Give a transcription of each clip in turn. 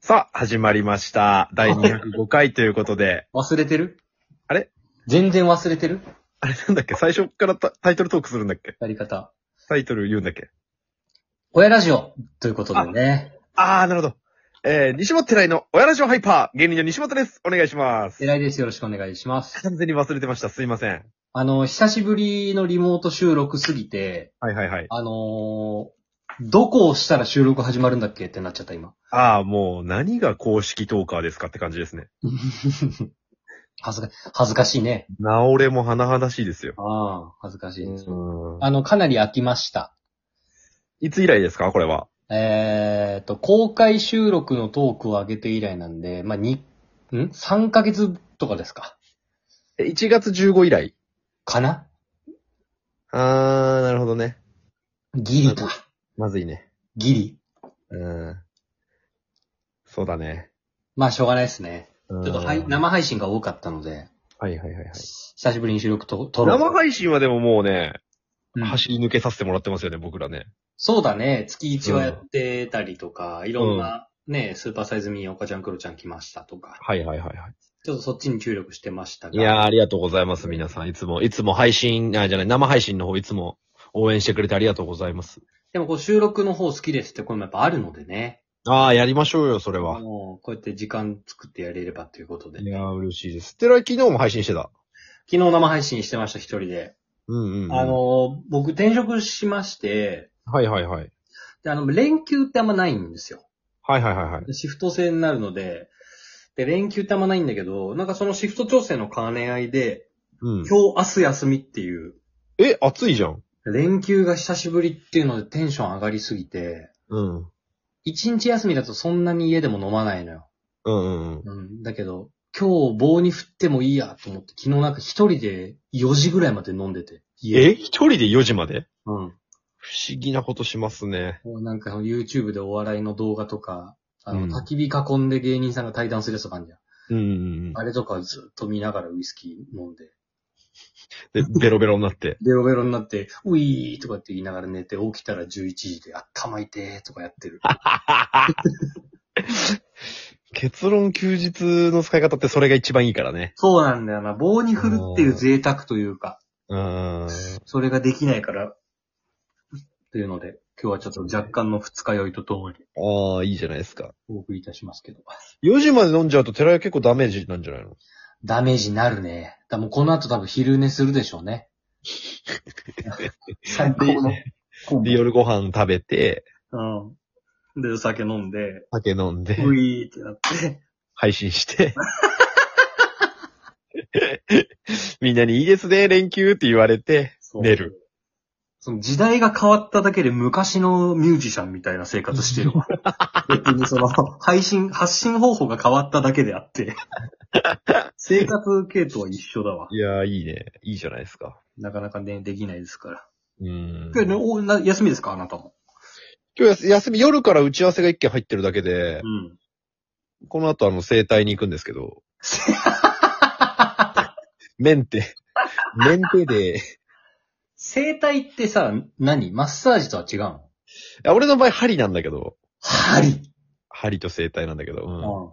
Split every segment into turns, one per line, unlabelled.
さあ、始まりました。第205回ということで、
忘れてる
あれ
全然忘れてる
あれなんだっけ最初からタタイトルトークするんだっけ
やり方。
タイトル言うんだっけ
親ラジオということでね。
あー、なるほど。えー、西本寺井の親ラジオハイパー、芸人の西本です。お願いします。
偉いです。よろしくお願いします。
完全に忘れてました。すいません。
あの、久しぶりのリモート収録すぎて、
はいはいはい。
あのーどこをしたら収録始まるんだっけってなっちゃった、今。
あー、もう何が公式トーカーですかって感じですね。
恥ずか、恥ずかしいね。
なおれも甚だしいですよ。
ああ、恥ずかしいです。
うーん
あの、かなり飽きました。
いつ以来ですかこれは。
えー、と、公開収録のトークを上げて以来なんで、まあ、に、ん ?3 ヶ月とかですか
え1月15以来。
かな
あー、なるほどね。
ギリだ。
まずいね。
ギリ。
うん。そうだね。
まあ、しょうがないですね。
ちょ
ちょっとはい生配信が多かったので、
はいはいはいはい。
久しぶりに収録と、撮ろう。
生配信はでももうね、
うん
走り抜けさせてもらってますよね、僕らね。
そうだね。月1はやってたりとか、いろんな、ね、スーパーサイズミニ岡ちゃん、クロちゃん来ましたとか、
はいはいはいはい。
ちょっとそっちに注力してましたが。
いやー、ありがとうございます、皆さん。いつも、いつも配信、あ、じゃない、生配信の方、いつも応援してくれてありがとうございます。
でもこう収録の方好きですって声もやっぱあるのでね。
あー、やりましょうよ、それは。
もう、こうやって時間作ってやれればということで。
い
昨
やー、嬉しいです。寺井昨日も配信してた。
日生配信してました、一人で。
うんうん、うん。
あ、の、僕転職しまして、
はいはいはい。
であの、連休ってあんまないんですよ。
はいはいはいはい。
シフト制になるので、で、連休たまないんだけど、なんかそのシフト調整の兼ね合いで、
うん。
今日明日休みっていう、
え、暑いじゃん。
連休が久しぶりっていうのでテンション上がりすぎて、
うん。
一日休みだとそんなに家でも飲まないのよ。
うんうんうん。
うん。だけど、今日棒に振ってもいいやと思って、昨日なんか一人で4時ぐらいまで飲んでて。
え、
家
一人で4時まで
うん。
不思議なことしますね。
もうなんか YouTube でお笑いの動画とか、あの、
うん
焚き火囲んで芸人さんが対談するやつとかあるじゃん。
うんうんうん
あれとかずっと見ながらウイスキー飲んで。。
で、ベロベロになって。
ベロベロになって、ういーとかって言いながら寝て、起きたら11時で、頭痛えとかやってる。
結論休日の使い方ってそれが一番いいからね。
そうなんだよな。棒に振るっていう贅沢というか、
うーん。
それができないから、というので、今日はちょっと若干の二日酔いとともに
ああ、いいじゃないですか。
お送りいたしますけど。
4時まで飲んじゃうと寺屋結構ダメージなんじゃないの
ダメージなるね。だもうこの後多分昼寝するでしょう ね。最高の。
で、夜ご飯食べて、
うん。で、お酒飲んで、
酒飲んで、
ういーってなって。
配信して。みんなにいいですね、連休って言われて、寝る。
その時代が変わっただけで昔のミュージシャンみたいな生活してる わ。別にその、配信、発信方法が変わっただけであ って。生活系統は一緒だわ。
いやー、いいね。いいじゃないですか。
なかなかね、できないですから。
うーん。
今日ね、おな休みですかあなたも。
今日やす休み、夜から打ち合わせが1件入ってるだけで
う、ん。
この後あの、整体に行くんですけど、メンテ。メンテで、
生体ってさ、何マッサージとは違うの
いや俺の場合、針なんだけど、
針。
針と整体なんだけど、うんま
う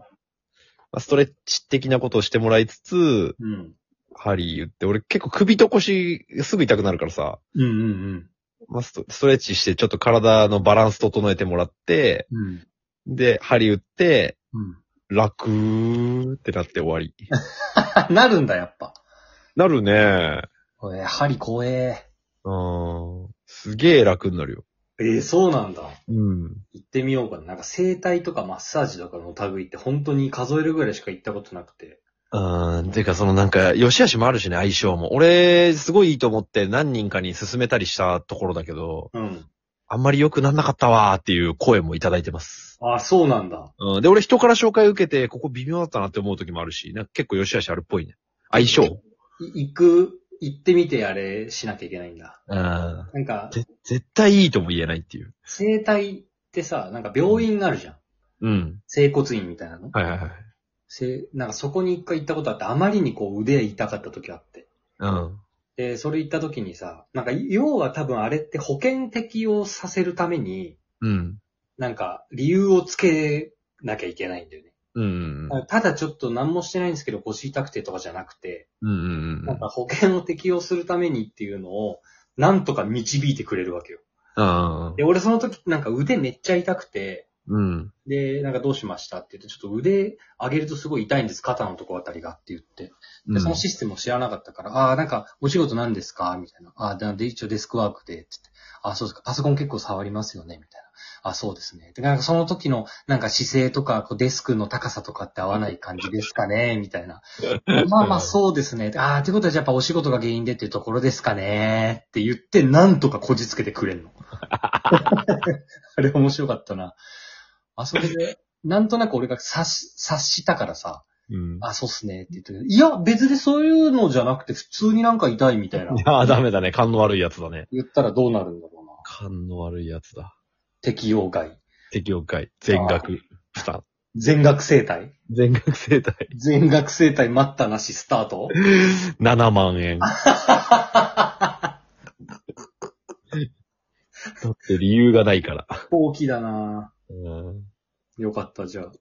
あ、ストレッチ的なことをしてもらいつつ、
ん。うん。
針言って、俺結構首と腰すぐ痛くなるからさ、
うんうん
まあ、ストストレッチしてちょっと体のバランス整えてもらって、
うん。うん。
で、針打って、
うん。
楽ーってなって終わり。
なるんだ、やっぱ。
なるね
えー、針怖え。
うん。すげえ楽になるよ。
えー、そうなんだ。
うん。
行ってみようかな。なんか整体とかマッサージとかの類って本当に数えるぐらいしか行ったことなくて。
うん。てか、そのなんか、良し悪しもあるしね、相性も。俺、すごいいいと思って何人かに勧めたりしたところだけど、
うん。
あんまり良くなんなかったわーっていう声もいただいてます。
あ、そうなんだ。
うん、で、俺人から紹介受けて、ここ微妙だったなって思う時もあるし、なんか結構良し悪しあるっぽいね。相性
い行く、行ってみてあれしなきゃいけないんだ。
うん。
なんか、
ぜ、絶対いいとも言えないっていう。
整体ってさ、なんか病院があるじゃん。
うん。
整骨院みたいなの。
はいはいはい。
せなんかそこに一回行ったことあって、あまりにこう腕が痛かった時あって。
うん。
で、それ行った時にさ、なんか要は多分あれって保険適用させるために、
うん。
なんか理由をつけなきゃいけないんだよね。
うん。
ただちょっと何もしてないんですけど腰痛くてとかじゃなくて、
うんうんう
なん
ん。
か保険を適用するためにっていうのを、なんとか導いてくれるわけよ。
ああ。
で、俺その時なんか腕めっちゃ痛くて、
うん。
で、なんかどうしましたって言って、ちょっと腕上げるとすごい痛いんです、肩のとこあたりがって言って。で、そのシステムを知らなかったから、ああー、なんかお仕事何ですかみたいな。ああ、でで、一応デスクワークで、って言って。ああ、そうですか。パソコン結構触りますよねみたいな。あそうですね。で、なんかその時の、なんか姿勢とか、こうデスクの高さとかって合わない感じですかねみたいな。まあまあそうですね。ああ、ってことはじゃあやっぱお仕事が原因でっていうところですかねって言って、なんとかこじつけてくれんの。あれ面白かったな。あそこで、なんとなく俺が察し、察したからさ、
うん。
あ、そうっすねって言って、いや、別にそういうのじゃなくて普通になんか痛いみた いな。
ああ、ダメだね。感の悪いやつだね。
言ったらどうなるんだろうな。
感の悪いやつだ。
適用外。
適用外。全額。負担。
全額生 態
全額生態。
全額生態待ったなしスタート
7万 円。だって理由がないから。
大きだな
うん。
よかった、じゃあ。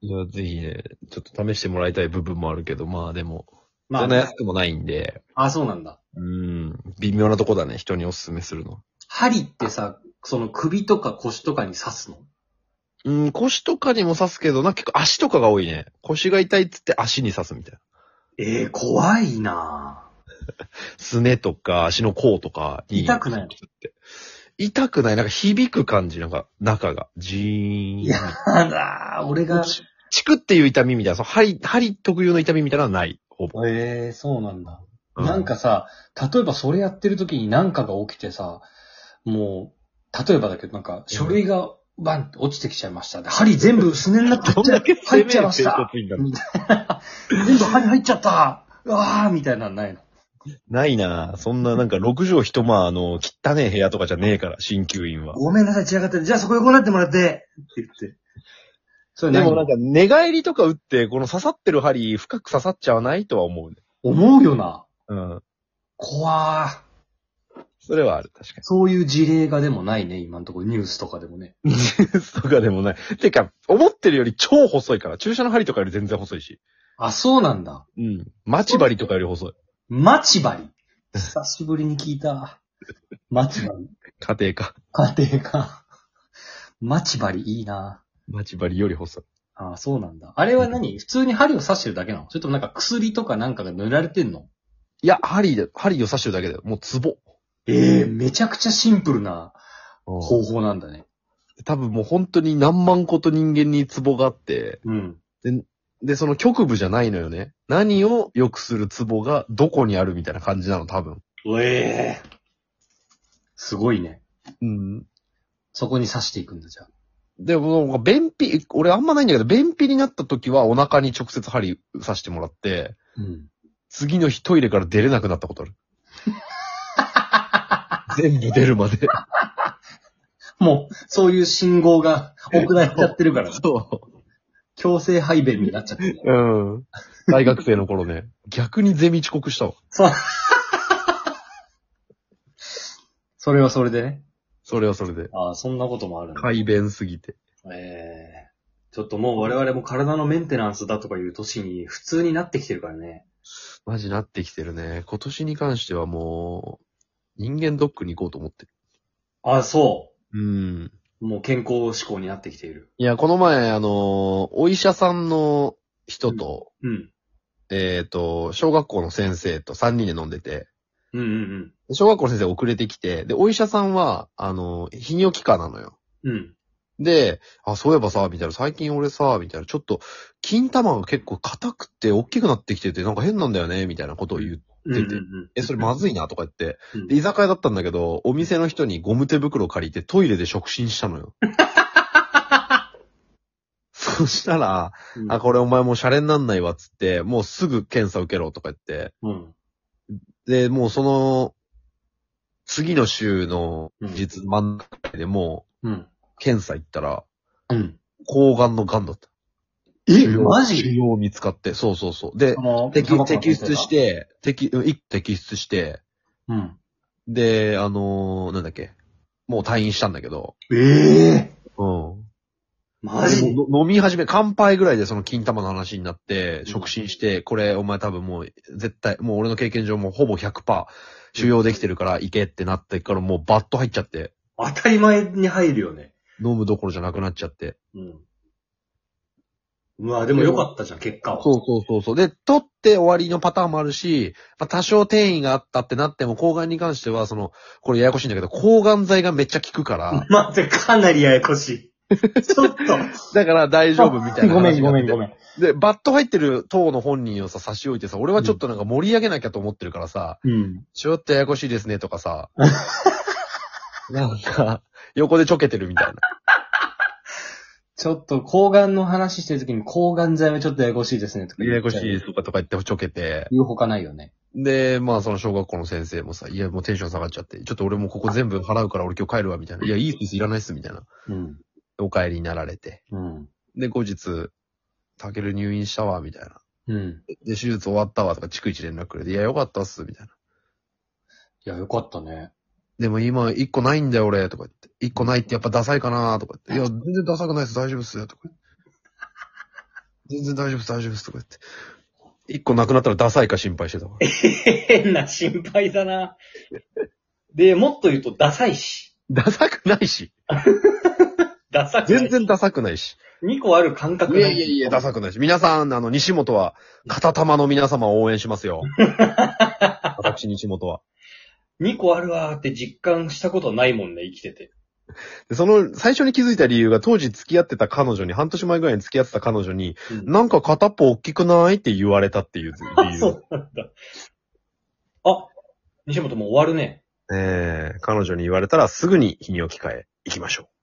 いや、ぜひね、ちょっと試してもらいたい部分もあるけど、まあでも、
ま
そ
あ、
んな安くもないんで、
あ、そうなんだ。
うん、微妙なとこだね、人におすすめするの。
針ってさ、その首とか腰とかに刺すの
うん、腰とかにも刺すけど、なんか結構足とかが多いね。腰が痛いっつって足に刺すみたいな。
ええ怖いな
すねとか足の甲とかに
痛くないの
痛くない。なんか響く感じ、なんか中が。ジーン。
いやぁ。だ俺が。
チクっていう痛みみたいな、その針、針特有の痛みみたいなのはない。ほぼ。
ええそうなんだ。
う
なん、かさ、例えばそれやってる時になんかが起きてさ、もう、例えばだけどなんか、書類がバンって落ちてきちゃいました。で針全部すねになって
どんだけ攻
入っ
め
ちゃい
る
まし
生
た。
活になる
みたいな。全部針入っちゃったうわーみたいなのないの。
ないなそんななんか6畳一間の汚ねえ部屋とかじゃねえから、鍼灸院は。
ごめんなさい、散らかって。じゃあそこ横になってもらってって言って。それ
で
ない
も
の
なんか寝返りとか打って、この刺さってる針深く刺さっちゃわないとは思うね。
思うよな。
うん。
怖ー。
それはある、確か
そういう事例がでもないね、今のところ。ニュースとかでもね。
に。ニュ ースとかでもない。てか、思ってるより超細いから、注射の針とかより全然細いし。
あ、そうなんだ。
うん。待ち針とかより細い。
待ち 針。久しぶりに聞いた。待ち針。
家庭か。
家庭か。待ち針いいな。
待ち針より細い。
あそうなんだ。あれは何普通に針を刺してるだけなのそれともなんか薬とかなんかが塗られてんの
いや、針で、針を刺してるだけだよ。もうツボ。
ええめちゃくちゃシンプルな
うん
方法なんだね。
多分もう本当に何万個と人間にツボがあって、
うん。
で、その局部じゃないのよね。何を良くするツボがどこにあるみたいな感じなの、多分。
ええすごいね。
うん。
そこに刺していくんだ、じゃあ。
でも、なんか便秘、俺あんまないんだけど、便秘になった時はお腹に直接針刺してもらって、
うん。
次の日トイレから出れなくなったことあ る。全部出るまで。
もう、そういう信号が送られちゃってるから。
そ
強制排便になっちゃってる。
う。うん。大学生の頃ね。逆にゼミ遅刻したわ。
そう。それはそれでね。
それはそれで。
ああ、そんなこともあるんだ。
改便すぎて。
ええちょっともう我々も体のメンテナンスだとかいう年に普通になってきてるからね。
マジなってきてるね。今年に関してはもう、人間ドックに行こうと思ってる。
ああ、そ
うん。
う。もう健康志向になってきている。
いや、この前、あの、お医者さんの人と、
うん。
えっ、と、小学校の先生と3人で飲んでて、
うんうん
小学校の先生遅れてきて、で、お医者さんは、あの、泌尿器科なのよ。
うん。うん。
で、あ、そういえばさ、みたいな、最近俺さ、みたいな、ちょっと、金玉が結構硬くて大きくなってきてて、なんか変なんだよね、みたいなことを言って、
うんうんうん、
え、それまずいな、とか言って。
うん
で、居酒屋だったんだけど、お店の人にゴム手袋借りてトイレで触診した のよ。そしたら、
うん
あ、これお前もうシャレになんないわ、つって、もうすぐ検査受けろ、とか言って。
うん。
で、もうその、次の週の実真ん中でも
うん。
う、検査行ったら、
うん。
抗がんのがんだった。
え
腫瘍
マジ
腫瘍見つかって、そうそうそう。で
あ、の
摘摘出し。て、摘、うん一個摘出して、
うん。
で、あのーなんだっけ、もう退院したんだけど、
ええ
うん。
マジ
でもの飲み始め、乾杯ぐらいでその金玉の話になって、触診して、これお前多分もう絶対、もう俺の経験上もうほぼ100%収容できてるから行けってなってからもうバッと入っちゃって、
当たり前に入るよね。
飲むどころじゃなくなっちゃって。
うん。うわ、でもよかったじゃん、結果は。
そうそうそうそう。で、取って終わりのパターンもあるし、まあ、多少転移があったってなっても、抗がんに関しては、その、これややこしいんだけど、抗がん剤がめっちゃ効くから、
待って、かなりややこし い。ちょっと。
だから大丈夫みたいな
ごめ
話
ん、
が
ご
あって
めん、ごめん。
で、バット入ってる党の本人をさ、差し置いてさ、俺はちょっとなんか盛り上げなきゃと思ってるからさ、
うん。
ちょっとややこしいですねとか さ、なんか、横でちょけてるみたいな。
ちょっと、抗がんの話してるときに、抗がん剤はちょっとややこしいですね、とか
ややこしい
言
で
っち
す
ゃ
とかとか言ってちょけて
う。、言うほかないよね。
で、まあその小学校の先生もさ、いやもうテンション下がっちゃって、ちょっと俺もうここ全部払うから俺今日帰るわみたいな。いや、いいスイスいらないっすみたいな。
うん。
お帰りになられて。
うん。
で、後日、タケル入院したわ、みたいな。
うん。
で、手術終わったわ、とか、逐一連絡くれて、いや、よかったっす、みたいな。
いや、よかったね。
でも今、一個ないんだよ、俺、とか言って。一個ないってやっぱダサいかな、とか言って。いや、全然ダサくないっす、大丈夫っす、とか言って。全然大丈夫っす、大丈夫っす、とか言って。一個なくなったらダサいか心配してたわ。
変な心配だな。で、もっと言うと、ダサいし。
ダサくないし。
ダサくない
全然ダサくないし。
2個ある感覚
いやいやいや、ダサくないし。皆さん、あの、西本は、片玉の皆様を応援します よ。私、西本は。
2個あるわーって実感したことないもんね、生きてて。
でその、最初に気づいた理由が、当時付き合ってた彼女に、半年前ぐらいに付き合ってた彼女に、
うん
なんか片っぽ大きくないって言われたっていう理 由。
そうなんだ。あ、西本もう終わるね。
ええ彼女に言われたらすぐに日に置き換え、行きましょう。